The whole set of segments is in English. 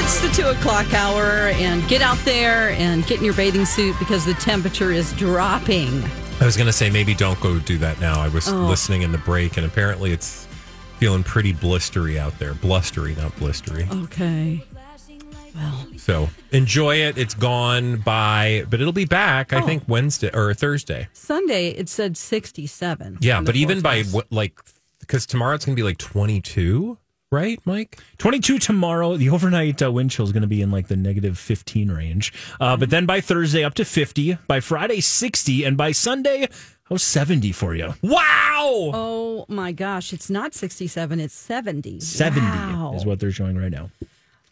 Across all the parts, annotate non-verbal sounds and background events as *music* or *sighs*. It's the two o'clock hour, and get out there and get in your bathing suit because the temperature is dropping. I was going to say maybe don't go do that now. I was listening in the break, and apparently it's feeling pretty blistery out there. Blustery, not blistery. Oh. Okay. So enjoy it. It's gone by, but it'll be back. I think Wednesday or Thursday. Sunday, it said 67. Yeah, in the but even by forecast. what, like, because tomorrow it's going to be like 22, right, Mike? 22 tomorrow. The overnight uh, wind chill is going to be in like the negative 15 range. Uh, but then by Thursday, up to 50. By Friday, 60. And by Sunday, oh, 70 for you. Wow. Oh my gosh, it's not 67, it's 70. 70 Wow. is what they're showing right now.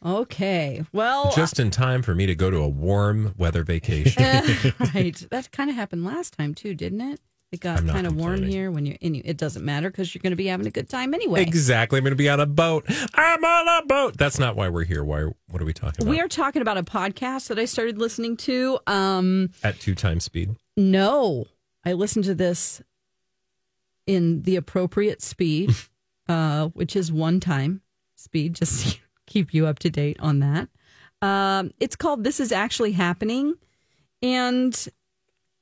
Okay. Well, uh, Just in time for me to go to a warm weather vacation. *laughs* right. That kind of happened last time too, didn't it? It got I'm not kind of warm complaining. here when you're in. It doesn't matter because you're going to be having a good time anyway. Exactly. I'm going to be on a boat. I'm on a boat. That's not why we're here. Why? What are we talking about? We are talking about a podcast that I started listening to. Um, at two times speed. no, I listened to this in the appropriate speed, uh, which is one time speed, just *laughs* to keep you up to date on that. Um, it's called This Is Actually Happening. And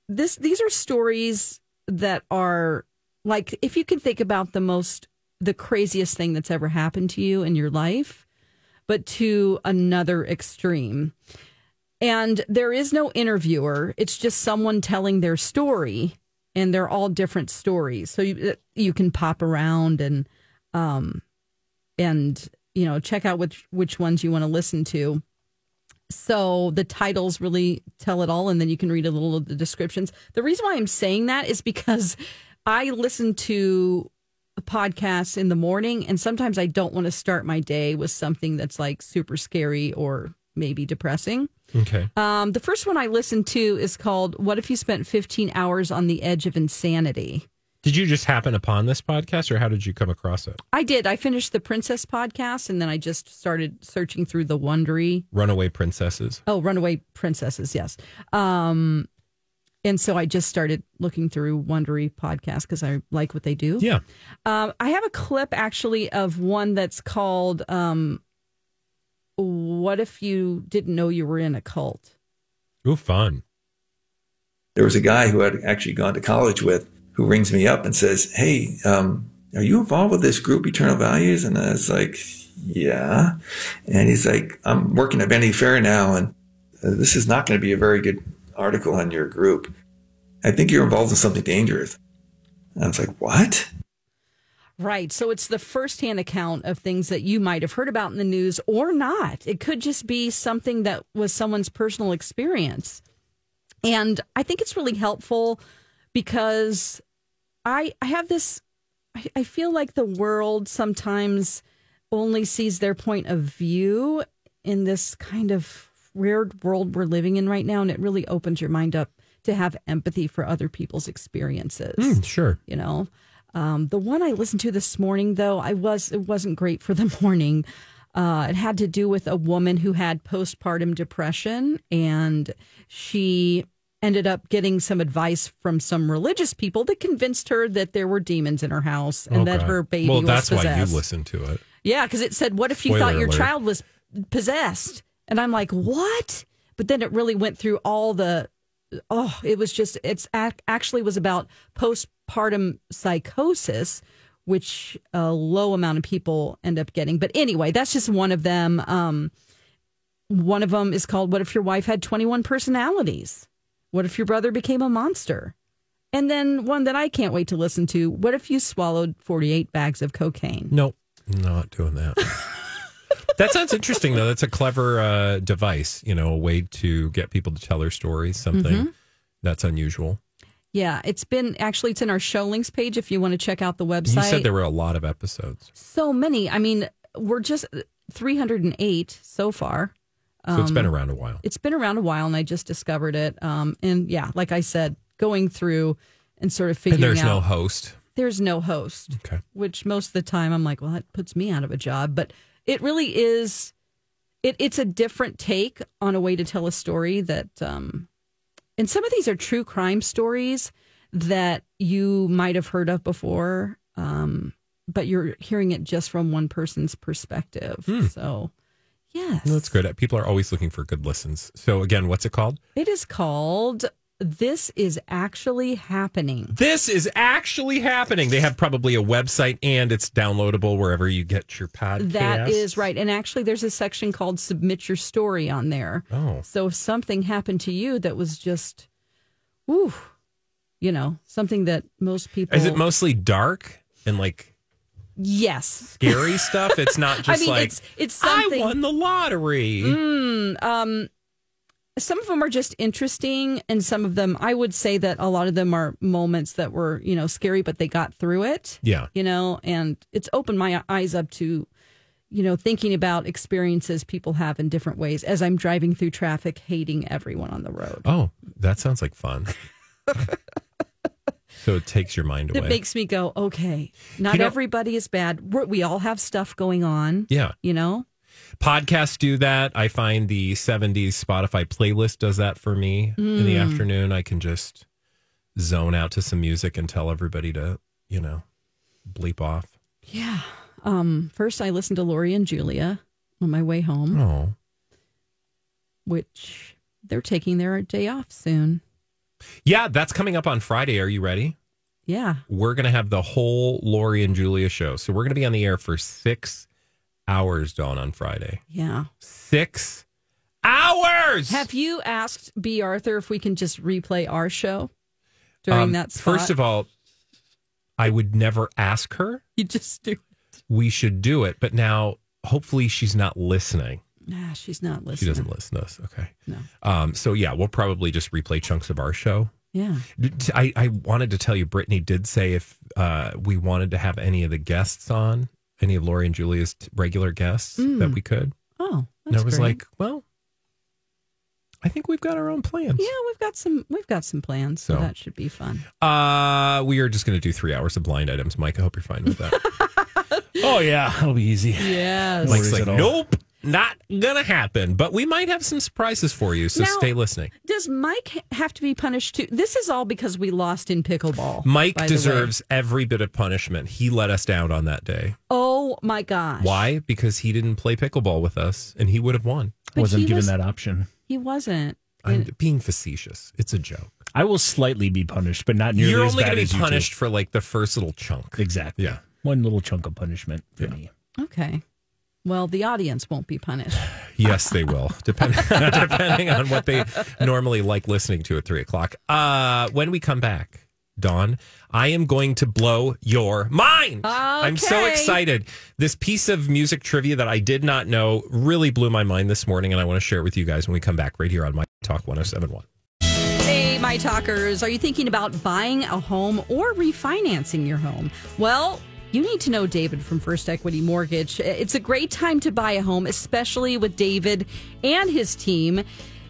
this these are stories that are like if you can think about the most the craziest thing that's ever happened to you in your life, but to another extreme. And there is no interviewer. It's just someone telling their story, and they're all different stories. So you you can pop around and um and you know check out which which ones you want to listen to. So the titles really tell it all, and then you can read a little of the descriptions. The reason why I'm saying that is because I listen to podcasts in the morning, and sometimes I don't want to start my day with something that's like super scary or maybe depressing. Okay. Um, the first one I listened to is called "What If You Spent 15 Hours on the Edge of Insanity." Did you just happen upon this podcast, or how did you come across it? I did. I finished the Princess podcast, and then I just started searching through the Wondery. Runaway princesses. Oh, Runaway Princesses, yes. Um, and so I just started looking through Wondery podcast because I like what they do. Yeah. Um, I have a clip actually of one that's called um, "What If You Didn't Know You Were in a Cult." Ooh, fun. there was a guy who I'd actually gone to college with who rings me up and says, Hey, um, are you involved with this group, Eternal Values? And I was like, Yeah. And he's like, I'm working at Vanity Fair now, and uh, this is not going to be a very good article on your group. I think you're involved in something dangerous. And I was like, What? Right. So it's the firsthand account of things that you might have heard about in the news or not. It could just be something that was someone's personal experience. And I think it's really helpful because I I have this I, I feel like the world sometimes only sees their point of view in this kind of weird world we're living in right now. And it really opens your mind up to have empathy for other people's experiences Hmm, sure. you know. Um, the one I listened to this morning, though, I was it wasn't great for the *laughs* morning. Uh, it had to do with a woman who had postpartum depression, and she ended up getting some advice from some religious people that convinced her that there were demons in her house and Oh, that God. her baby Well, was that's why you possessed. listen to it. Yeah, because it said, "What if you Spoiler thought your alert. child was possessed?" And I'm like, "What?" But then it really went through all the. Oh, it was just. It's ac- actually was about postpartum psychosis, which a low amount of people end up getting. But anyway, that's just one of them. Um, one of them is called "What if your wife had 21 personalities?" What if your brother became a monster? And then one that I can't wait to listen to. What if you swallowed 48 bags of cocaine? Nope. Not *laughs* doing that. that sounds interesting, though. That's a clever uh, device, you know, a way to get people to tell their stories, something Mm-hmm. that's unusual. Yeah, it's been actually it's in our show links page if you want to check out the He website. said there were a lot of episodes. so many. I mean, we're just 308 so far. So it's Um, been around a while. It's been around a while and I just discovered it. Um and yeah, like I said, going through and sort of figuring And there's out no host. there's no host, Okay. which most of the time I'm like, well, that puts me out of a job, but it really is it it's a different take on a way to tell a story that um and some of these are true crime stories that you might have heard of before um but you're hearing it just from one person's perspective so Yes. No, Hmm. that's good. People are always looking for good listens. So again, what's it called? It is called This Is Actually Happening. This is actually happening. They have probably a website and it's downloadable wherever you get your podcast. That is right. And actually, there's a section called Submit Your Story on there. Oh. So if something happened to you that was just, whew, you know, something that most people. Is it mostly dark and like Yes. scary stuff? It's not *laughs* just I mean, like it's, it's I something. Mm. won the lottery. some of them are just interesting and some of them i would say that a lot of them are moments that were you know scary but they got through it Yeah. you know and it's opened my eyes up to you know thinking about experiences people have in different ways as i'm driving through traffic hating everyone on the road Oh, that sounds *laughs* like fun. so it takes your mind it away. makes me go okay not You know- everybody is bad We're, we all have stuff going on yeah. you know podcasts do that. I find the 70s Spotify playlist does that for me in Hmm. the afternoon. I can just zone out to some music and tell everybody to, you know, bleep off. yeah um first i listened to lori and julia on my way home Oh. which they're taking their day off soon Yeah, that's coming up on Friday. Are you ready? yeah We're going to have the whole Lori and Julia show. So we're going to be on the air for six hours, Dawn, on Friday. Yeah. Six hours! Have you asked B. Arthur if we can just replay our show during Um, that spot? First of all, I would never ask her. you just do. we should do it. But now, hopefully, she's not listening. Nah, she's not listening. She doesn't listen to us. Okay. No. Um, so, yeah, we'll probably just replay chunks of our show. Yeah. I, I wanted to tell you, Brittany did say if uh, we wanted to have any of the guests on, any of Lori and Julia's t- regular guests, that we could. Oh, and Hmm. that's I was great. like, well, I think we've got our own plans. yeah, we've got some, we've got some plans, so, So. that should be fun. Uh, we are just going to do three hours of blind items. Mike, I hope you're fine with that. Oh yeah, that'll be easy. Yes. Mike's *laughs* worries like, at all. nope, not going to happen. But we might have some surprises for you. So Now- stay listening. Does Mike have to be punished too? This is all because we lost in pickleball. Mike by the way. deserves every bit of punishment. He let us down on that day. Oh my gosh! Why? Because he didn't play pickleball with us and he would have won. But Wasn't he given was- that option. He wasn't. I'm being facetious. It's a joke. I will slightly be punished, but not nearly You're as only bad going as to you be two. punished for like the first little chunk. Exactly. Yeah. One little chunk of punishment for me. Okay. Well, the audience won't be punished. Yes, they will, depending, *laughs* depending on what they normally like listening to at three o'clock. Uh, when we come back, Dawn, I am going to blow your mind. I'm so Okay. excited. This piece of music trivia that I did not know really blew my mind this morning, and I want to share it with you guys when we come back right here on My Talk 1071. Hey, my talkers. Are you thinking about buying a home or refinancing your home? Well, you need to know David from First Equity Mortgage. It's a great time to buy a home, especially with David and his team.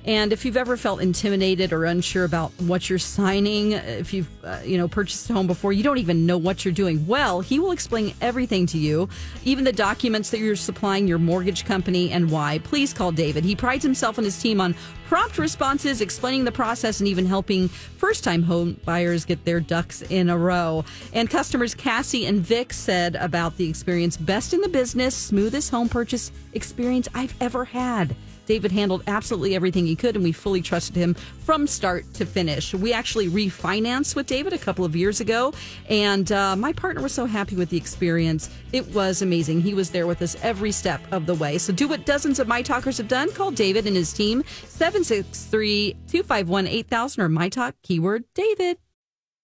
And if you've ever felt intimidated or unsure about what you're signing, if you've uh, you know purchased a home before, you don't even know what you're doing. Well, he will explain everything to you, even the documents that you're supplying your mortgage company and why. Please call David. He prides himself and his team on prompt responses, explaining the process, and even helping first time home buyers get their ducks in a row. And customers Cassie and Vic said about the experience best in the business, smoothest home purchase experience I've ever had. David handled absolutely everything he could, and we fully trusted him from start to finish. We actually refinanced with David a couple of years ago, and uh, my partner was so happy with the experience. It was amazing. He was there with us every step of the way. So do what dozens of My Talkers have done. Call David and his team, 763 251 8000 or My Talk, keyword David.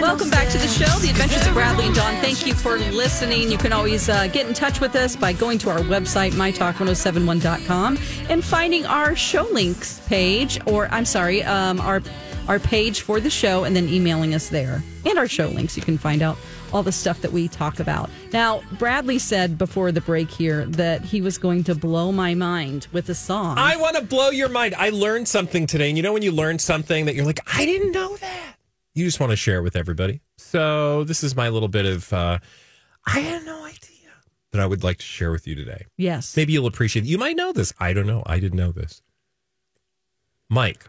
Welcome back to the show, The Adventures of Bradley and Dawn. Thank you for listening. You can always uh, get in touch with us by going to our website, mytalk1071.com, and finding our show links page, or I'm sorry, um, our our page for the show, and then emailing us there. And our show links, you can find out all the stuff that we talk about. Now, Bradley said before the break here that he was going to blow my mind with a song. I want to blow your mind. I learned something today. And you know when you learn something that you're like, I didn't know that. You just want to share it with everybody. So this is my little bit of uh, I had no idea that I would like to share with you today. yes. Maybe you'll appreciate it. You might know this. I don't know. I didn't know this. Mike.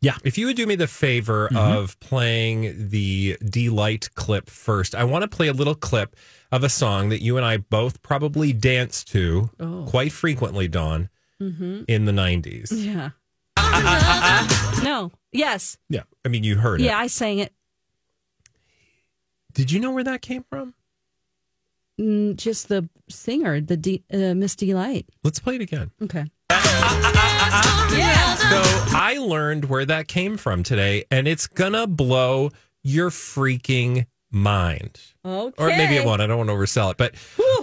Yeah. If you would do me the favor Mm-hmm. of playing the Delight clip first, I want to play a little clip of a song that you and I both probably danced to Oh. Mm-hmm. quite frequently, Dawn, in the 90s. Yeah. no. Yes. Yeah. I mean, you heard Yeah, it. I sang it. Did you know where that came from? Mm, just the singer, the D, uh, Miss Delight. Let's play it again. Okay. So I learned where that came from today, and it's gonna blow your freaking mind. Okay. Or maybe it won't. I don't want to oversell it, but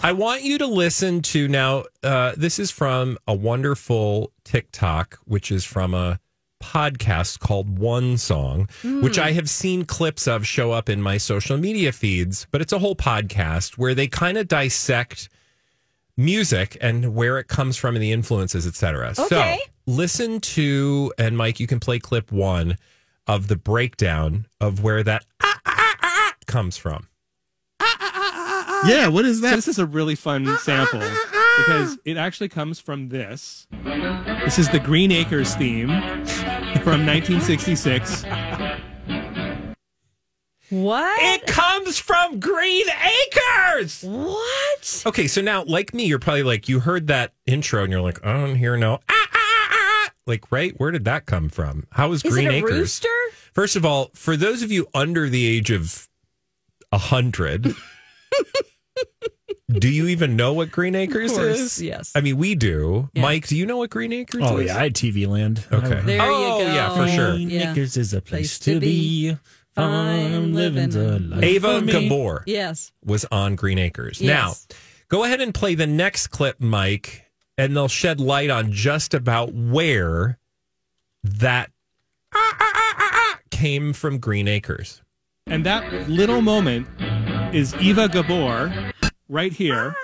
I want you to listen to now. Uh, this is from a wonderful TikTok, which is from a podcast called One Song, which Hmm. I have seen clips of show up in my social media feeds. But it's a whole podcast where they kind of dissect music and where it comes from and the influences, etc. Okay. So listen to and Mike, you can play clip one of the breakdown of where that ah, ah, ah, ah comes from. Yeah, what is that? This is a really fun sample because it actually comes from this. This is the Green Acres theme from 1966. What? It comes from Green Acres. what? Okay, so now, like me, you're probably like, you heard that intro and you're like, I don't hear no. Ah, ah, ah, ah. Like, right? Where did that come from? How is Is Green it a Acres? rooster? First of all, for those of you under the age of *laughs* 100, do you even know what Green Acres course, is? yes. I mean, we do. Yeah. Mike, do you know what Green Acres Oh is? yeah, I had TV Land. Okay. There oh, you go. yeah, for sure. Yeah. Knickers is a place, Place to, to be. I'm I'm living the living life. Ava for me. Gabor Yes. was on Green Acres. Now, Yes. Go ahead and play the next clip, Mike, and they'll shed light on just about where that ah, ah, ah, ah, ah came from Green Acres. And that little moment is Eva Gabor right here.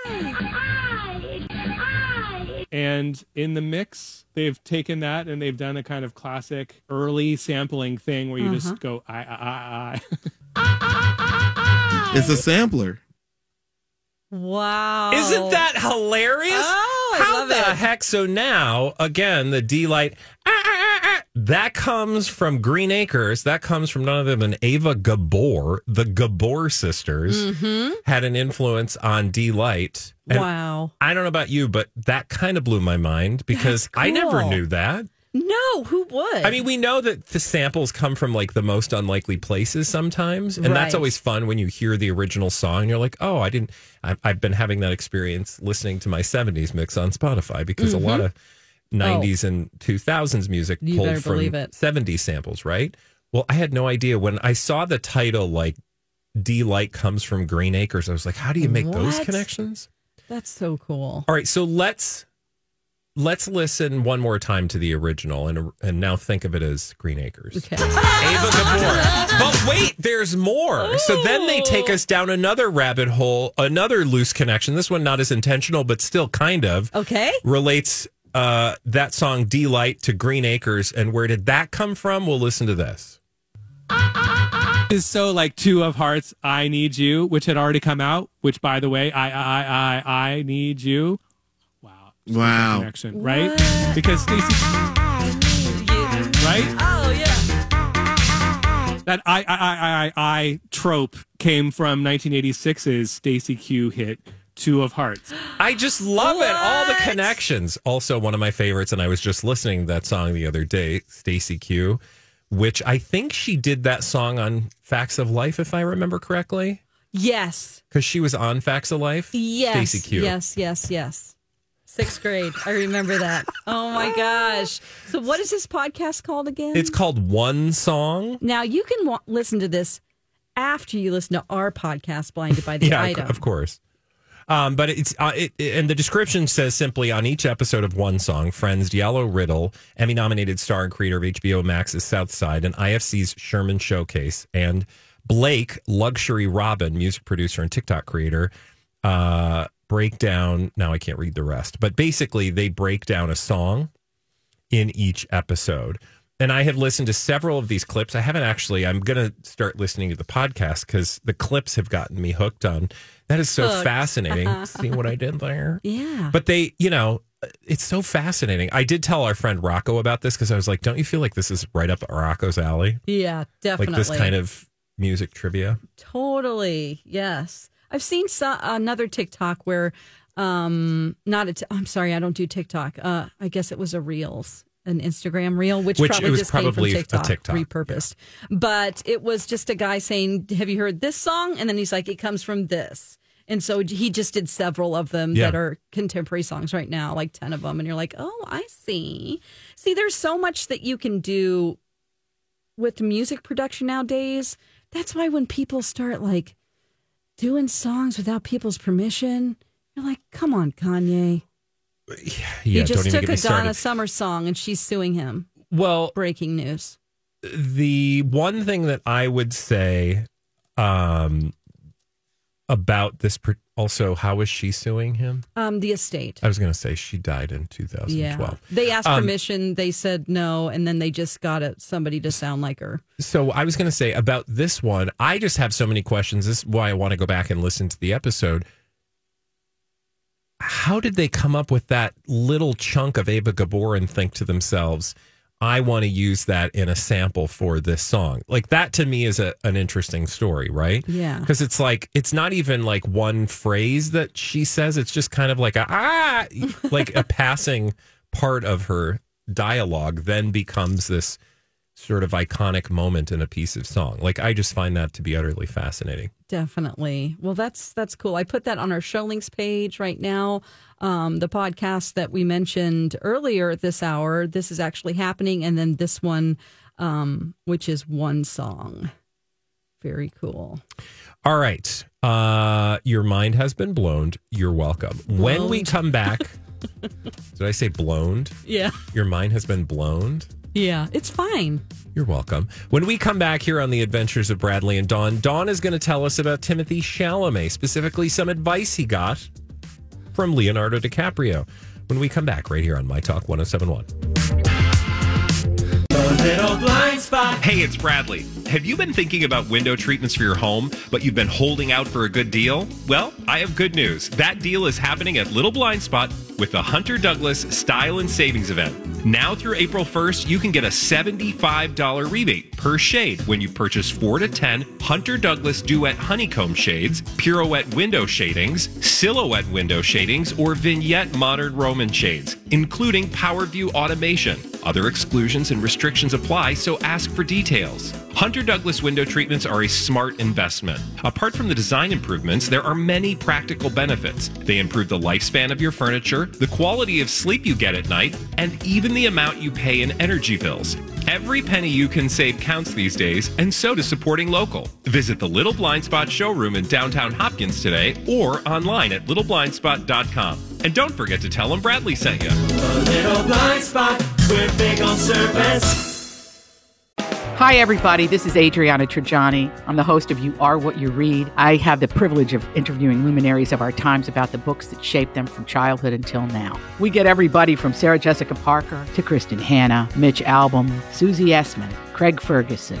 And in the mix, they've taken that and they've done a kind of classic early sampling thing where you just go, I, I, *laughs* I, It's a sampler. Wow. Isn't that hilarious? Oh, I How love the it. heck? So now, again, the D light ah, ah, ah, ah, that comes from Green Acres. That comes from none other than Ava Gabor. The Gabor sisters had an influence on D light. And Mm-hmm. Wow. I don't know about you, but that kind of blew my mind because I never cool. knew that. No, who would? I mean, we know that the samples come from like the most unlikely places sometimes, and that's Right. always fun when you hear the original song. and You're like, oh, I didn't. I, I've been having that experience listening to my '70s mix on Spotify because a lot of '90s and 2000s music Mm-hmm. You pulled better from believe it. '70s samples, right? Well, I had no idea when I saw the title like "D Light Comes from Green Acres." I was like, how do you make those What? connections? that's so cool. All right, so let's let's listen one more time to the original and and now think of it as Green Acres. Okay. Ava Gabor. But wait, there's more. So then they take us down another rabbit hole, another loose connection. This one not as intentional, but still kind of Okay. relates uh, that song "Delight" to Green Acres, and where did that come from? We'll listen to this. I. Is so like Two of Hearts, I Need You, which had already come out, which by the way, I, I, I, I, I Need You. Wow. Wow. Connection, right? Because Stacey, right? Oh yeah. That I I I I I trope came from 1986's Stacy Q hit Two of Hearts. I just love it. All the What? connections. Also, one of my favorites, and I was just listening to that song the other day, Stacy Q, which I think she did that song on Facts of Life, if I remember correctly. Yes. because she was on Facts of Life. Yes. Stacy Q. Yes, yes, yes. Sixth grade. I remember that. Oh *laughs* my gosh. So, what is this podcast called again? It's called One Song. now, you can wa- listen to this after you listen to our podcast, Blinded by the Yeah, of- Item. of course. Um, but it's uh, it, it- and the description says simply on each episode of One Song, Friends' Yellow Riddle, Emmy-nominated star and creator of HBO Max's Southside and IFC's Sherman Showcase, and Blake Luxury Robin, music producer and TikTok creator, uh, break down. Now I can't read the rest, but basically they break down a song in each episode. And I have listened to several of these clips. I haven't actually. I'm going to start listening to the podcast because the clips have gotten me hooked on. That is so Hooked. *laughs* fascinating. See what I did there? Yeah. But they, you know, it's so fascinating. I did tell our friend Rocco about this because I was like, don't you feel like this is right up Rocco's alley? yeah, definitely. Like this kind of music trivia. Totally. Yes. I've seen so- another TikTok where, um, not a, t- I'm sorry, I don't do TikTok. Uh, I guess it was a Reels, an Instagram Reel, which, Which probably it was just probably a came from TikTok, TikTok, repurposed. But it was just a guy saying, Have you heard this song? And then he's like, It comes from this. And so he just did several of them Yeah. that are contemporary songs right now, like 10 of them. And you're like, Oh, I see. See, there's so much that you can do with music production nowadays. That's why when people start like doing songs without people's permission, you're like, come on, Kanye. Yeah, you don't just even took get a Donna me started. Summer song and she's suing him. well, Breaking news. the one thing that I would say um, about this, per- also, how is she suing him? Um, the estate. I was going to say she died in 2012. Yeah. They asked Um, permission. They said no. And then they just got it, somebody to sound like her. So I was going to say about this one, I just have so many questions. This is why I want to go back and listen to the episode. How did they come up with that little chunk of Ava Gabor and think to themselves, I want to use that in a sample for this song? Like that to me is a, an interesting story, right? Yeah. Because it's like, it's not even like one phrase that she says. It's just kind of like a, ah, like a *laughs* passing part of her dialogue then becomes this sort of iconic moment in a piece of song. Like I just find that to be utterly fascinating. Definitely. Well, that's that's cool. I put that on our show links page right now. Um, the podcast that we mentioned earlier this hour, this is actually happening, and then this one, um, which is one song. Very cool. All right. Uh your mind has been blown. You're welcome. When we Blown. come back Did I say blown? Yeah, Your mind has been blown. yeah. It's fine. You're welcome. When we come back here on the adventures of Bradley and Dawn, Dawn is going to tell us about Timothy Chalamet, specifically some advice he got from Leonardo DiCaprio. When we come back right here on My Talk 1071. Hey, it's Bradley. Have you been thinking about window treatments for your home, but you've been holding out for a good deal? Well, I have good news. That deal is happening at Little Blind Spot with the Hunter Douglas Style and Savings Event. Now through April 1st, you can get a $75 rebate per shade when you purchase 4 to 10 Hunter Douglas Duet Honeycomb Shades, Pirouette Window Shadings, Silhouette Window Shadings, or Vignette Modern Roman Shades, including Power View Automation. Other exclusions and restrictions apply, so ask for details. Hunter Douglas window treatments are a smart investment. Apart from the design improvements, there are many practical benefits. They improve the lifespan of your furniture, the quality of sleep you get at night, and even the amount you pay in energy bills. Every penny you can save counts these days, and so does supporting local. Visit the Little Blind Spot showroom in downtown Hopkins today or online at littleblindspot.com. And don't forget to tell them Bradley sent you. Hi, everybody. This is Adriana Trajani. I'm the host of You Are What You Read. I have the privilege of interviewing luminaries of our times about the books that shaped them from childhood until now. We get everybody from Sarah Jessica Parker to Kristen Hanna, Mitch Albom, Susie Essman, Craig Ferguson,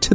to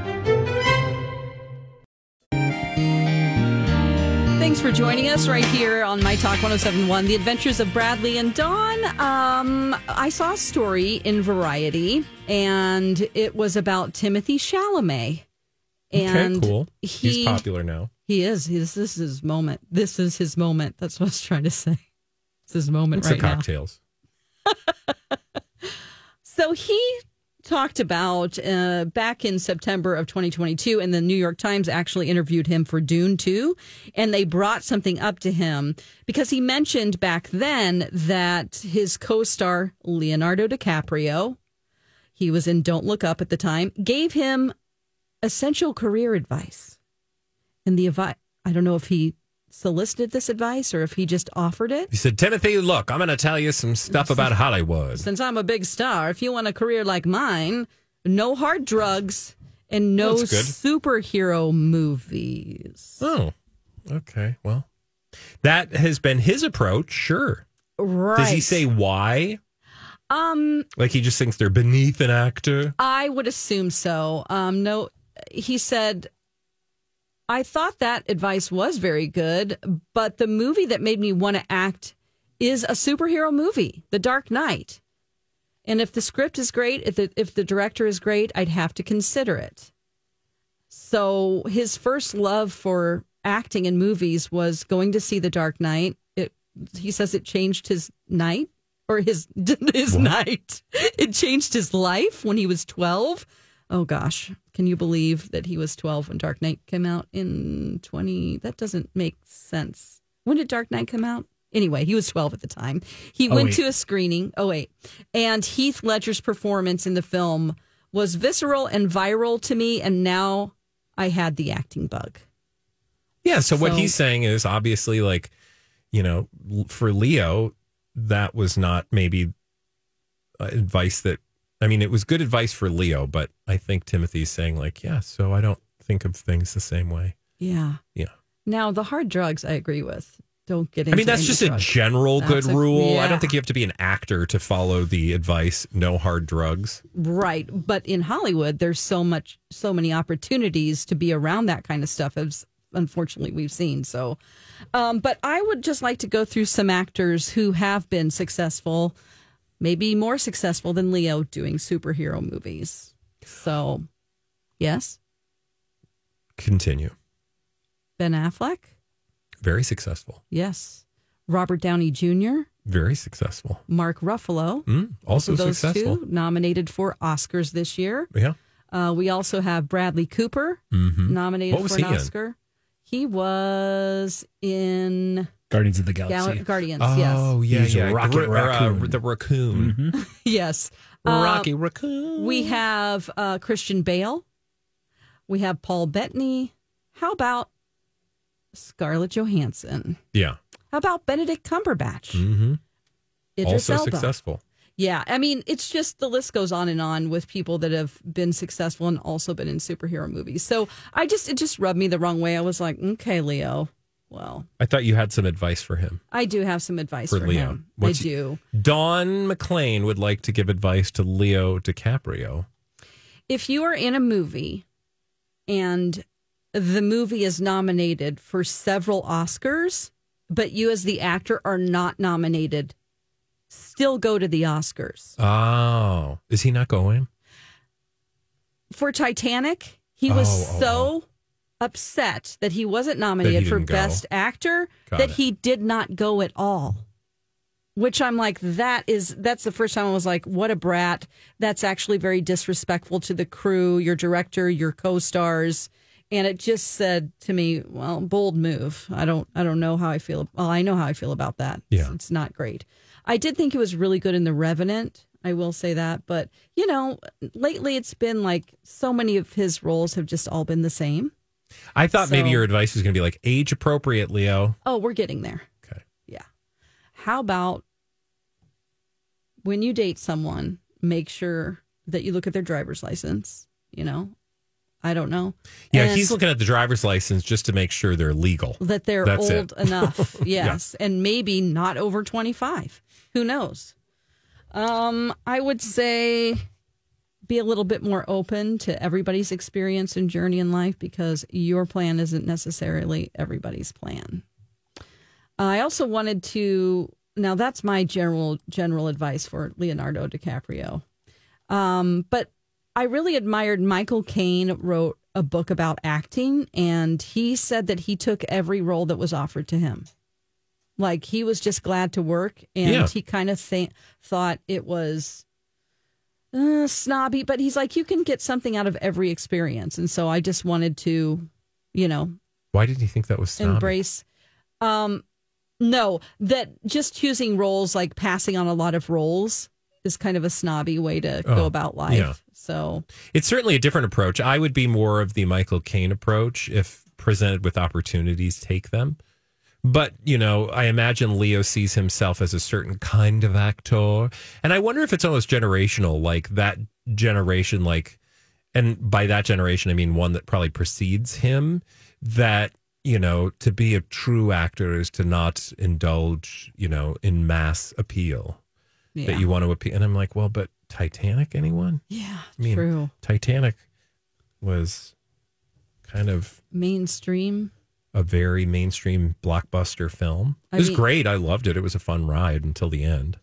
Thanks for joining us right here on My Talk 1071, The Adventures of Bradley and Dawn. Um, I saw a story in Variety, and it was about Timothy Chalamet. And okay, cool. He's he- popular now. He is. He's, this is his moment. This is his moment. That's what I was trying to say. It's his moment It's right a now. cocktails. So he talked about uh, back in September of 2022, and the New York Times actually interviewed him for Dune 2, and they brought something up to him because he mentioned back then that his co star, Leonardo DiCaprio, he was in Don't Look Up at the time, gave him essential career advice. And the advice, I don't know if he solicited this advice or if he just offered it. He said, Timothy, look, I'm going to tell you some stuff about Hollywood. since I'm a big star, if you want a career like mine, no hard drugs and no That's good. superhero movies. Oh, okay. Well, that has been his approach. Sure. Right. Does he say why? Um, Like he just thinks they're beneath an actor. I would assume so. Um, no, he said, I thought that advice was very good, but the movie that made me want to act is a superhero movie, The Dark Knight. And if the script is great, if the, if the director is great, I'd have to consider it. So his first love for acting in movies was going to see The Dark Knight. It, he says it changed his night or his *laughs* his night. It changed his life when he was 12. Oh gosh, can you believe that he was 12 when Dark Knight came out in 20? That doesn't make sense. When did Dark Knight come out? Anyway, he was 12 at the time. He went to a screening. Oh wait. And Heath Ledger's performance in the film was visceral and viral to me and now I had the acting bug. Yeah. So, what So- he's saying is obviously, like, you know, l- for Leo, that was not maybe uh, advice that, I mean, it was good advice for Leo, but I think Timothy's saying, like, yeah, so I don't think of things the same way. Yeah. Yeah. Now the hard drugs I agree with. Don't get into I mean, that's any just a drugs. general That's good a- rule. I yeah. don't think you have to be an actor to follow the advice no hard drugs. Right. But in Hollywood, there's so much, so many opportunities to be around that kind of stuff, as unfortunately we've seen. So, um, but I would just like to go through some actors who have been successful, maybe more successful than Leo doing superhero movies. So, yes, Continue. Ben Affleck. Very successful. Yes. Robert Downey Jr., Very successful. Mark Ruffalo. Mm, also those successful. two nominated for Oscars this year. Yeah. Uh, we also have Bradley Cooper Mm-hmm. nominated What was for an he in? Oscar. He was in Guardians of the Gal- Galaxy. Guardians. Oh, yeah, He's a yeah. rocket Gra- or, raccoon. the raccoon. *laughs* Mm-hmm. Yes. Yes. Uh, Rocky raccoon. We have uh, Christian Bale. We have Paul Bettany. How about Scarlett Johansson? Yeah. How about Benedict Cumberbatch? Mm-hmm. Idris Also Elba? successful. Yeah, I mean, it's just the list goes on and on with people that have been successful and also been in superhero movies. So I just it just rubbed me the wrong way. I was like, okay, Leo. Well, I thought you had some advice for him. I do have some advice For for, Leo. him. What's- I do. Don McLean would like to give advice to Leo DiCaprio. If you are in a movie and the movie is nominated for several Oscars, but you as the actor are not nominated, still go to the Oscars. Oh, is he not going? for Titanic, he was Oh, oh, so upset that he wasn't nominated for didn't go. Best Actor Got that it. he did not go at all. Which I'm like, that is that's the first time I was like, what a brat. That's actually very disrespectful to the crew, your director, your co-stars. And it just said to me, well, bold move. I don't I don't know how I feel. Well, I know how I feel about that. It's- Yeah. it's not great. I did think it was really good in The Revenant. I will say that. But, you know, lately it's been like so many of his roles have just all been the same. I thought maybe So- your advice was going to be like age appropriate, Leo. Oh, we're getting there. Okay. Yeah. How about when you date someone, make sure that you look at their driver's license, you know? I don't know. Yeah, And he's looking at the driver's license just to make sure they're legal. that they're That's it. old *laughs* enough. Yes, and maybe not over 25. Who knows? Um, I would say be a little bit more open to everybody's experience and journey in life because your plan isn't necessarily everybody's plan. I also wanted to now that's my general general advice for Leonardo DiCaprio. Um, but I really admired Michael Caine wrote a book about acting, and he said that he took every role that was offered to him. Like he was just glad to work, and Yeah. he kind of th- thought it was uh, snobby, but he's like, you can get something out of every experience, and so I just wanted to, you know, Why did he think that was snobby? embrace um no that just choosing roles like passing on a lot of roles is kind of a snobby way to go Oh, about life yeah. so It's certainly a different approach. I would be more of the Michael Caine approach if presented with opportunities, take them. But, you know, I imagine Leo sees himself as a certain kind of actor. And I wonder if it's almost generational, like that generation, like, and by that generation, I mean one that probably precedes him, that, you know, to be a true actor is to not indulge, you know, in mass appeal yeah that you want to appeal. And I'm like, well, but Titanic, anyone? yeah I mean, true Titanic was kind of mainstream a very mainstream blockbuster film. I it was mean- great. I loved it. It was a fun ride until the end.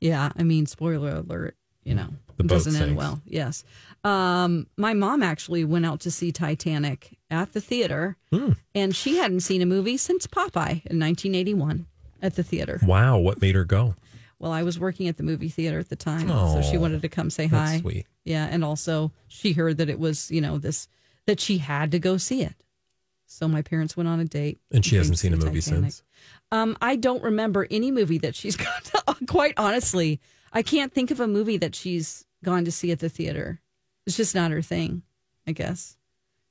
yeah i mean spoiler alert you know The it boat doesn't end sinks. well yes um my mom actually went out to see titanic at the theater Hmm. and she hadn't seen a movie since popeye in 1981 at the theater Wow, what made her go? Well, I was working at the movie theater at the time, so Oh, she wanted to come say that's hi. sweet. Yeah, and also she heard that it was, you know, this that she had to go see it. So my parents went on a date, And she They hasn't came seen to a see movie Titanic. since. Um, I don't remember any movie that she's *laughs* gone to. uh, Quite honestly, I can't think of a movie that she's gone to see at the theater. It's just not her thing, I guess.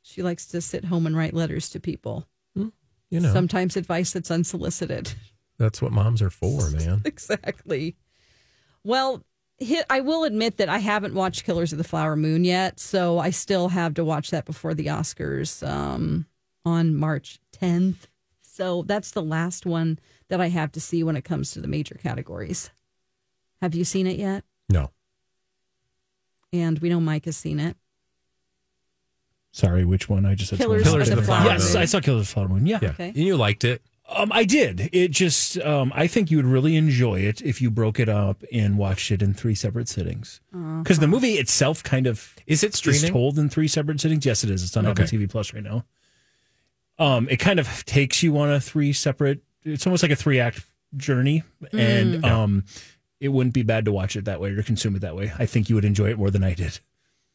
She likes to sit home and write letters to people. You know, Sometimes advice that's unsolicited. *laughs* that's what moms are for, man. exactly. Well, hi I will admit that I haven't watched Killers of the Flower Moon yet, so I still have to watch that before the Oscars um, on March 10th. So that's the last one that I have to see when it comes to the major categories. Have you seen it yet? No. And we know Mike has seen it. Sorry, which one? I just had Killers Killers of the Flower Yes, Moon. I saw Killers of the Flower Moon. Yeah. Yeah. Okay. And you liked it. Um, I did. It just, um, I think you would really enjoy it if you broke it up and watched it in three separate sittings. Because the movie itself kind of Is it is streaming? told in three separate sittings. Yes, it is. It's on Apple Okay. TV Plus right now. Um, it kind of takes you on a three separate. It's almost like a three act journey, Hmm. and um, it wouldn't be bad to watch it that way or to consume it that way. I think you would enjoy it more than I did.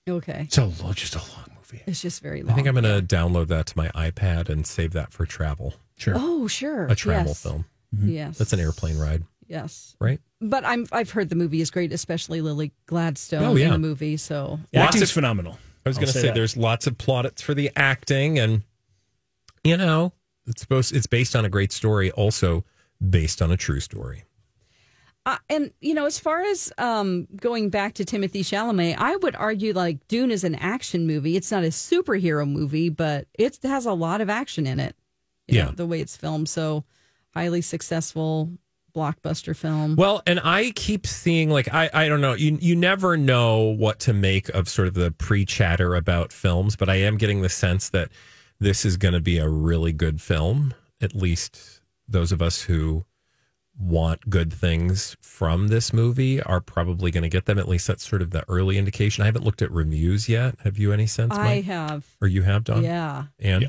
Uh-huh. Okay. It's a lo- just a long movie. It's just very long. I think I'm going to download that to my iPad and save that for travel. Sure. Oh, sure. A travel Yes. film. Yes. Mm-hmm. That's an airplane ride, Yes. right? But I'm I've heard the movie is great, especially Lily Gladstone Oh, yeah. in the movie. So The Lots of- Acting's phenomenal. I was I'll going to say, that. there's lots of plaudits for the acting, and you know, it's supposed it's based on a great story, also based on a true story. uh, and you know, as far as um, going back to Timothy Chalamet, I would argue like Dune is an action movie. It's not a superhero movie, but it has a lot of action in it. you know, Yeah. the way it's filmed, so highly successful blockbuster film. Well, and I keep seeing like I I don't know you you never know what to make of sort of the pre chatter about films, but I am getting the sense that this is going to be a really good film. At least those of us who want good things from this movie are probably going to get them. At least that's sort of the early indication. I haven't looked at reviews yet. Have you any sense? I Mike? have, or you have done? yeah, And Yeah.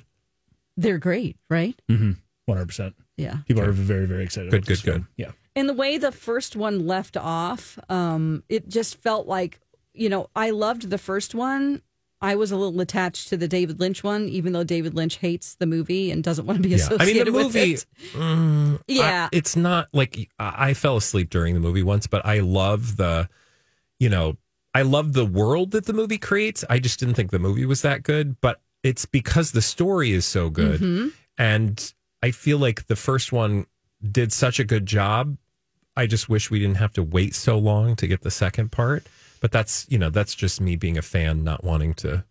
they're great, right? Mm-hmm. 100%. Yeah. People are very, very excited. Good, about this good, film. Yeah. And the way the first one left off, um, it just felt like, you know, I loved the first one. I was a little attached to the David Lynch one, even though David Lynch hates the movie and doesn't want to be Yeah. I mean, associated the with movie. it. mm, I- Yeah. it's not like I I fell asleep during the movie once, but I love the, you know, I love the world that the movie creates. I just didn't think the movie was that good, but it's because the story is so Mm-hmm. good. And I feel like the first one did such a good job. I just wish we didn't have to wait so long to get the second part. But that's you know that's just me being a fan, not wanting to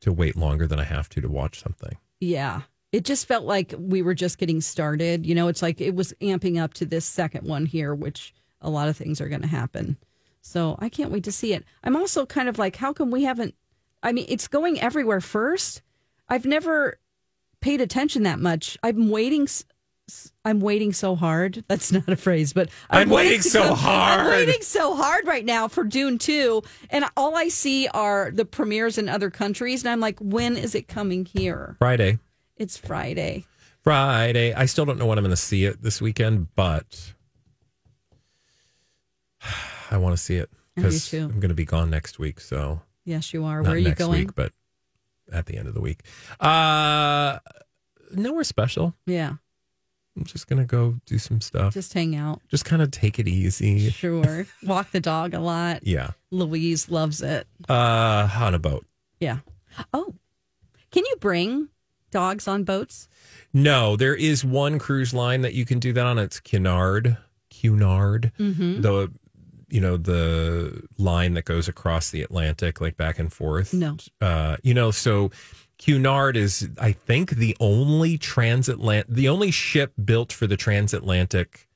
to wait longer than I have to to watch something. Yeah. It just felt like we were just getting started. You know, it's like it was amping up to this second one here, which a lot of things are going to happen. So I can't wait to see it. I'm also kind of like, how come we haven't? I mean, it's going everywhere first. I've never paid attention that much. I'm waiting. s- s- I'm waiting so hard. *laughs* That's not a phrase, but I'm waiting to *laughs* so I'm hard. waiting so hard right now for Dune 2. And all I see are the premieres in other countries. And I'm like, when is it coming here? Friday, It's Friday. Friday. I still don't know when I'm going to see it this weekend, but *sighs* I want to see it I do because too. I'm going to be gone next week. So Yes, you are. not Where are you next going? week, but at the end of the week. Uh, nowhere special. Yeah, I'm just going to go do some stuff. Just, just hang out. kind of take it easy. *laughs* Sure. Walk the dog a lot. Yeah. Louise loves it. Uh, on a boat. Yeah. Oh, can you bring dogs on boats? No, there is one cruise line that you can do that on. It's Cunard. Cunard. Mm-hmm. the you know the line that goes across the Atlantic like back and forth. No. uh, you know so. Cunard is, I think, the only transatlantic, the only ship built for the transatlantic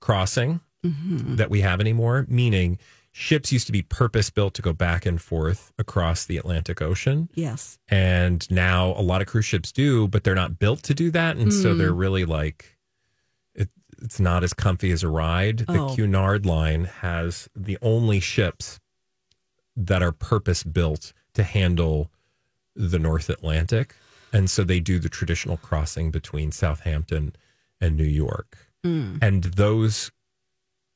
crossing Mm-hmm. that we have anymore. Meaning, ships used to be purpose built to go back and forth across the Atlantic Ocean Yes. and now a lot of cruise ships do, but they're not built to do that, and so they're really like it, it's not as comfy as a ride. The Oh. Cunard line has the only ships that are purpose built to handle the North Atlantic, and so they do the traditional crossing between Southampton and New York, and those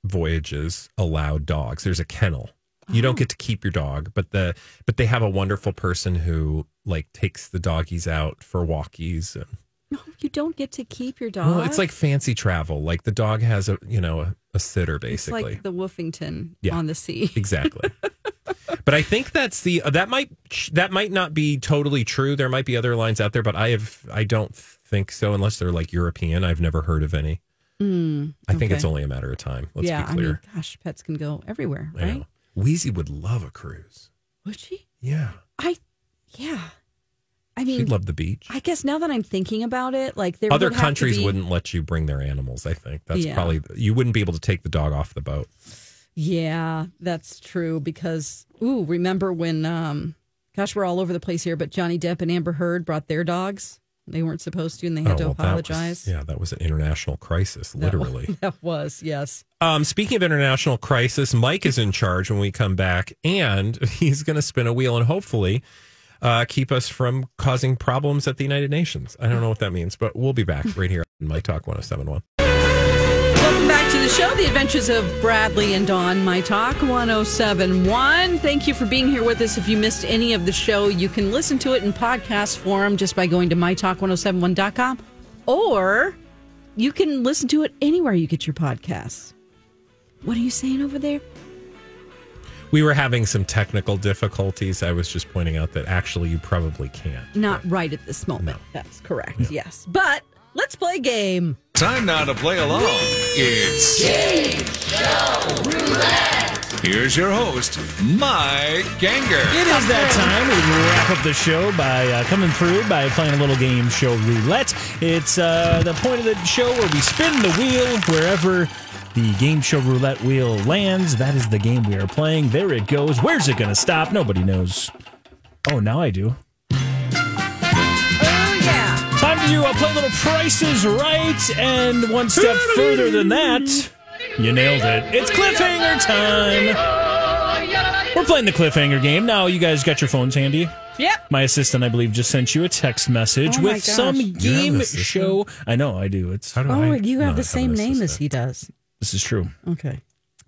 voyages allow dogs. There's a kennel. You Oh. don't get to keep your dog, but the but they have a wonderful person who like takes the doggies out for walkies. And, No, Oh, you don't get to keep your dog. well, it's like fancy travel. Like the dog has a you know a, a sitter It's basically. like the Woofington Yeah. on the sea. Exactly. but I think that's the uh, that might that might not be totally true. There might be other lines out there, but I have I don't think so unless they're like European. I've never heard of any. I think Hmm. okay. it's only a matter of time. *laughs* Let's yeah, be clear. I mean, gosh, pets can go everywhere, I right? know. Wheezy would love a cruise. Would she? Yeah. I, yeah. I mean, She'd love the beach. I guess now that I'm thinking about it, like there Other would have to countries be- wouldn't let you bring their animals, I think. That's Yeah. probably you wouldn't be able to take the dog off the boat. Yeah, that's true because ooh, remember when um gosh, we're all over the place here, but Johnny Depp and Amber Heard brought their dogs. They weren't supposed to and they had to Oh, well, that was- apologize. yeah, that was an international crisis, That wa- literally. *laughs* That was, yes. Um, speaking of international crisis, Mike is in charge when we come back, and *laughs* he's going to spin a wheel and hopefully uh, keep us from causing problems at the United Nations. I don't know what that means, but we'll be back right here on My Talk 1071. Welcome back to the show, The Adventures of Bradley and Dawn, My Talk 1071. Thank you for being here with us. If you missed any of the show, you can listen to it in podcast form just by going to mytalk1071.com or you can listen to it anywhere you get your podcasts. What are you saying over there? We were having some technical difficulties. I was just pointing out that actually you probably can't. Not right at this moment. That's correct. Yes. But let's play a game. Time now to play along. It's Here's your host, Mike Ganger. It is that time. We wrap up the show by uh, coming through by playing a little game show roulette. It's uh, the point of the show where we spin the wheel wherever the game show roulette wheel lands. That is the game we are playing. There it goes. Where's it going to stop? Nobody knows. Oh, now I do. Oh, yeah. Time to uh, play a little prices right. And one step further than that, you nailed it. It's cliffhanger time. We're playing the cliffhanger game. Now, you guys got your phones handy? Yep. My assistant, I believe, just sent you a text message Oh my with gosh. some You have an game assistant? show. I know, I do. It's How do Oh, I- you have no, I the same an name as assistant. he does. this is true. Okay.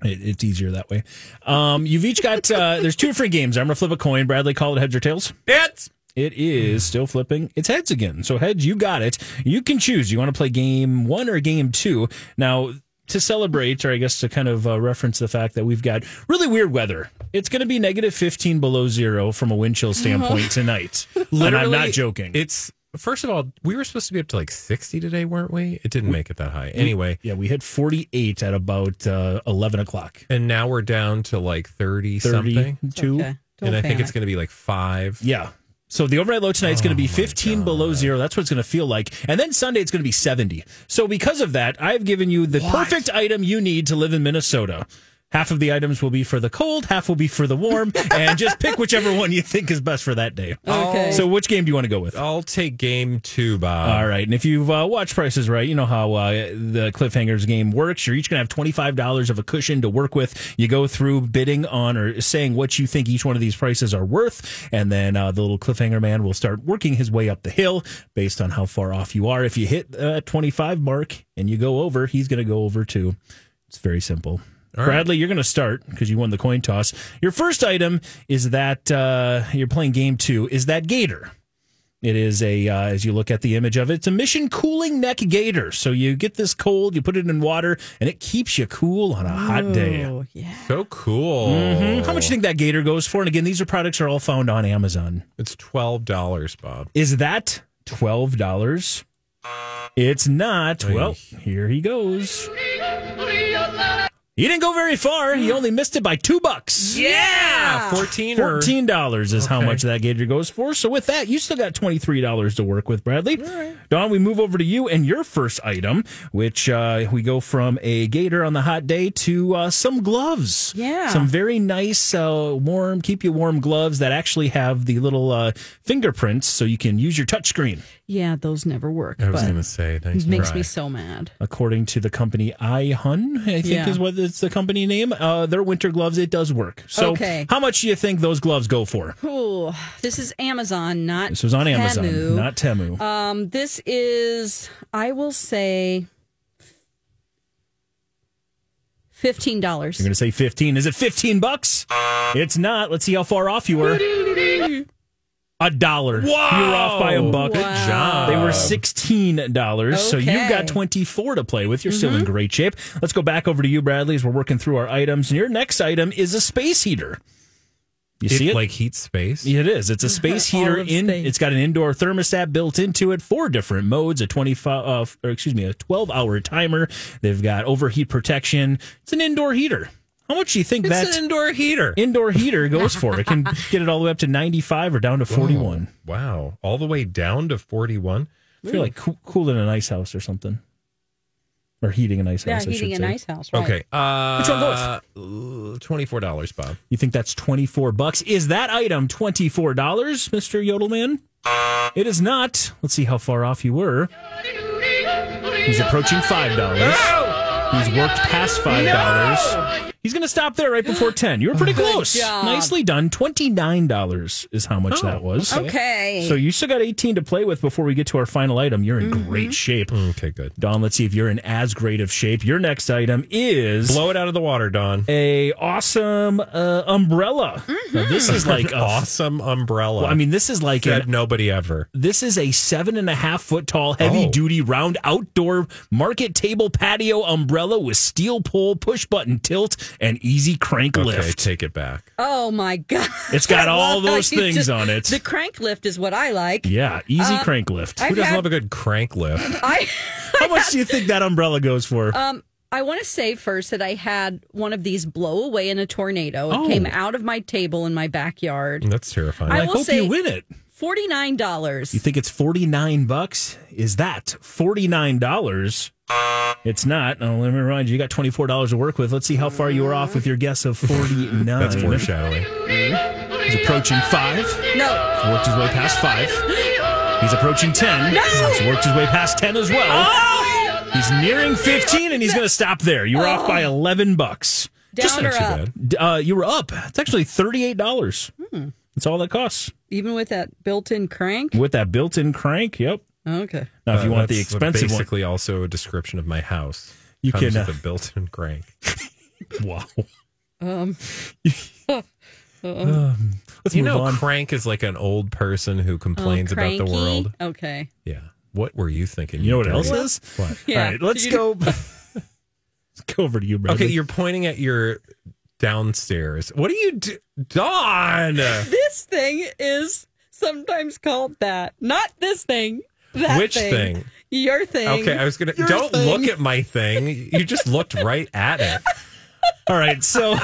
It, it's easier that way. Um, you've each got uh, *laughs* there's two free games. I'm gonna flip a coin. Bradley, call it heads or tails. It's It is still flipping. It's heads again. So heads, you got it. You can choose. You want to play game one or game two. Now to celebrate, or I guess to kind of uh, reference the fact that we've got really weird weather. It's going to be negative 15 below zero from a wind chill standpoint tonight. and I'm not joking. It's first of all, we were supposed to be up to like 60 today, weren't we? It didn't make it that high. Anyway, Yeah, we hit 48 at about uh, 11 o'clock. and now we're down to like 30, something. 32. Okay. Don't and I think panic. it's going to be like five. Yeah. So the overnight low tonight is going to be 15 below zero. That's what it's going to feel like. And then Sunday it's going to be 70. So because of that, I've given you the perfect item you need to live in Minnesota. Half of the items will be for the cold, half will be for the warm, and just pick whichever one you think is best for that day. Okay. So which game do you want to go with? I'll take game two, Bob. All right. And if you've uh, watched Prices Right, you know how uh, the cliffhangers game works. You're each going to have $25 of a cushion to work with. You go through bidding on or saying what you think each one of these prices are worth. And then uh, the little cliffhanger man will start working his way up the hill based on how far off you are. If you hit uh, 25 mark and you go over, he's going to go over too. It's very simple. Bradley, you're going to start because you won the coin toss. Your first item is that uh, you're playing game two, is that gator. It is a, uh, as you look at the image of it, it's a mission cooling neck gator. So you get this cold, you put it in water, and it keeps you cool on a hot day. Oh, yeah. So cool. Mhm. How much do you think that gator goes for? And again, these are products are all found on Amazon. It's $12, Bob. Is that twelve dollars? It's not. Oy. Well, here he goes. He didn't go very far. He only missed it by two bucks. Yeah. 14 Uh, or Fourteen dollars is how Okay. much that gator goes for. So with that, you still got twenty three dollars to work with, Bradley. Don, we move over to you and your first item, which uh, we go from a gator on the hot day to uh, some gloves. Yeah. some very nice, uh, warm, keep you warm gloves that actually have the little uh, fingerprints, so you can use your touch screen. Yeah, those never work. I was but going to say, thanks. it makes try. me so mad. according to the company iHun, I think Yeah. is what it's the company name. Uh, their winter gloves, it does work. So, Okay. how much do you think those gloves go for? Cool. This is Amazon, not This was on Amazon, Temu. not Temu. um, this is I will say fifteen dollars. You're going to say 15. Is it 15 bucks? It's not. Let's see how far off you were. A dollar. Wow. You're off by a buck. Good Wow. job. They were $16. So you've Okay. Mm-hmm. got 24 to play with. You're still in great shape. Let's go back over to you, Bradley, as we're working through our items. And your next item is a space heater. You see it? Like heat space. Yeah, It is. It's a space Mm-hmm. All heater. of In space. it's got an indoor thermostat built into it. Four different modes. A twenty-five, uh, f- or excuse me, a twelve-hour timer. They've got overheat protection. It's an indoor heater. How much do you think It's that an indoor heater. indoor heater goes for? *laughs* It can get it all the way up to ninety-five or down to forty-one. Wow. All the way down to 41. I feel like coo- cooling an ice house or something, or heating an ice Yeah, house. I heating should a say. nice house, right? Okay. Uh, Which one goes? goes? $24, Bob. You think that's twenty-four bucks? Is that item twenty-four dollars, Mister Yodelman? It is not. Let's see how far off you were. He's approaching five dollars. He's worked past five dollars. He's going to stop there right before ten. You were Oh pretty close. job. Nicely done. Twenty nine dollars is how Oh, much that was. Okay. So you still got eighteen to play with before we get to our final item. You're in Mm-hmm. great shape, Okay, good. Don. Let's see if you're in as great of shape. Your next item is Blow it out of the water, Don. a awesome uh, umbrella. Now, *laughs* this is like a, Mm-hmm. *laughs* awesome umbrella. Well, I mean, this is like an Said nobody ever. This is a seven and a half foot tall, heavy Oh. duty, round outdoor market table patio umbrella with steel pole, push button tilt, and easy crank Okay, lift. take it back. Oh my god. It's got *laughs* I all love those how you things just- on it. The crank lift is what I like. yeah, easy crank lift. I've Who doesn't had- love a good crank lift? I How much do you think that umbrella goes for? um I want to say first that I had one of these blow away in a tornado. It Oh. came out of my table in my backyard. That's terrifying. I I will hope say- you win it. Forty nine dollars. You think it's forty nine bucks? Is that forty nine dollars? It's not. Oh, let me remind you, you got twenty four dollars to work with. Let's see how far you were off with your guess of forty nine. That's foreshadowing. He's approaching five. No. He's worked his way past five. He's approaching 10. He's worked his way past 10 as well. Oh! He's nearing 15 and he's going to stop there. You were off by 11 bucks. Down or Not too up. bad. D- Uh, you were up. It's actually $38. Hmm. That's all that costs. Even with that built in crank? With that built in crank, yep. Okay. Now, if you Uh, want the that's expensive one. basically also a description of my house. You Comes can, uh, with a built-in crank. Wow. *laughs* Um Um, Let's You move know, on. crank is like an old person who complains oh, about the cranky. world. Okay. Yeah. What were you thinking? you know what else dirty- is? What? Yeah. All right, let's You- go. *laughs* let's go over to you, Bradley. Okay, you're pointing at your downstairs. What are you do- Don? This thing is sometimes called that. Not this thing. That Which thing? thing? Your thing. Okay, *laughs* I was gonna. Your don't thing. look at my thing. You just looked right at it. All *laughs* right, so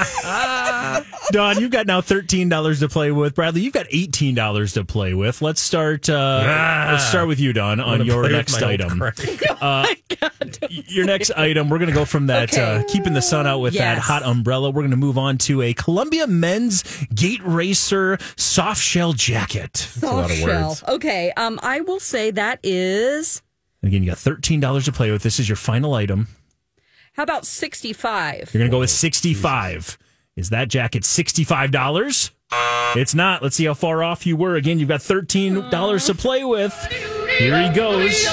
Don, you've got now thirteen dollars to play with. Bradley, you've got eighteen dollars to play with. Let's start. Uh, Ah. let's start with you, Don, I'm *laughs* on gonna your play with next my old item. crack. *laughs* Your next item, we're going to go from that Okay. uh, keeping the sun out with that Yes. hot umbrella. We're going to move on to a Columbia men's gate racer soft shell jacket. a lot of Soft shell. words. Okay, um, I will say that is And again, you got thirteen dollars to play with. This is your final item. how about sixty-five? You're going to go with sixty-five. Is that jacket sixty-five dollars? It's not. Let's see how far off you were. Again, you've got thirteen dollars to play with. Here he goes.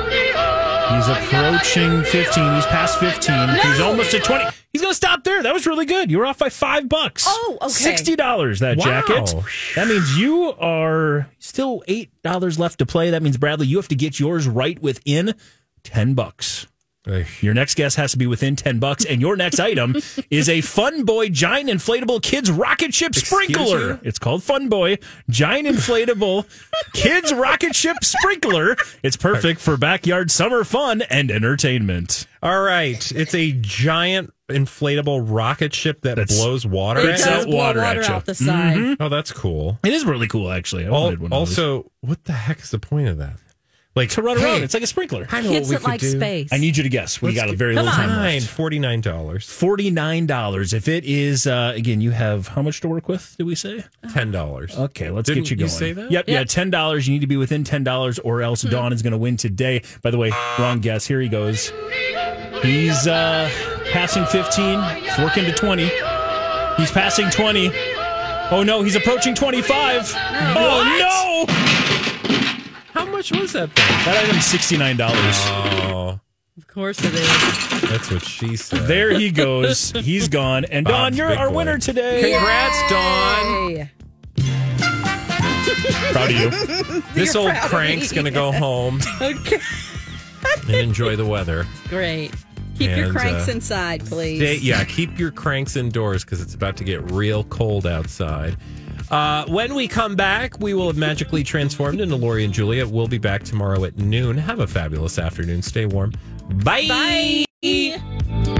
He's approaching 15. He's past 15. He's almost at 20. He's going to stop there. That was really good. You were off by five bucks. Oh, okay. $60 that Wow. jacket. That means you are still $8 left to play. That means, Bradley, you have to get yours right within 10 bucks. Ugh. Your next guess has to be within 10 bucks. And your *laughs* next item is a Fun Boy Giant Inflatable Kids Rocket Ship Sprinkler. you? It's called Fun Boy Giant Inflatable Kids Rocket Ship Sprinkler. It's perfect for backyard summer fun and entertainment. All right, it's a giant inflatable rocket ship that That's- blows water. It at does you? out blow water water, at ya. out the side. Oh, that's cool. It is really cool, actually. I Al- wanted one of those. also, what the heck is the point of that? Like to run around. hey, It's like a sprinkler. I know Hits what we it could like do. space. I need you to guess. We got a very come little time Fine, left. forty nine dollars, $49. If it is, uh, again, you have how much to work with, did we say? ten dollars. Okay, let's Didn't get you you going. say that? Yep, yeah, Yep. ten dollars. You need to be within ten dollars, or else Dawn is going to win today. By the way, wrong guess. Here he goes. He's uh, passing fifteen. He's working to twenty. He's passing twenty. Oh no, he's approaching twenty-five. Oh no, How much was that? Thing? that item's sixty-nine dollars. Oh, Of course it is. that's what she said. There he goes. He's gone. And Dawn, Bob's you're big our boy. winner today. Congrats, Dawn. Hey. Proud of you. This old proud of crank's me. *laughs* gonna go home Okay, *laughs* and enjoy the weather. great. Keep your And, cranks uh, inside, please. Stay- yeah, keep your cranks indoors because it's about to get real cold outside. Uh, when we come back, we will have magically transformed into Lori and Juliet. We'll be back tomorrow at noon. Have a fabulous afternoon. Stay warm. Bye. Bye.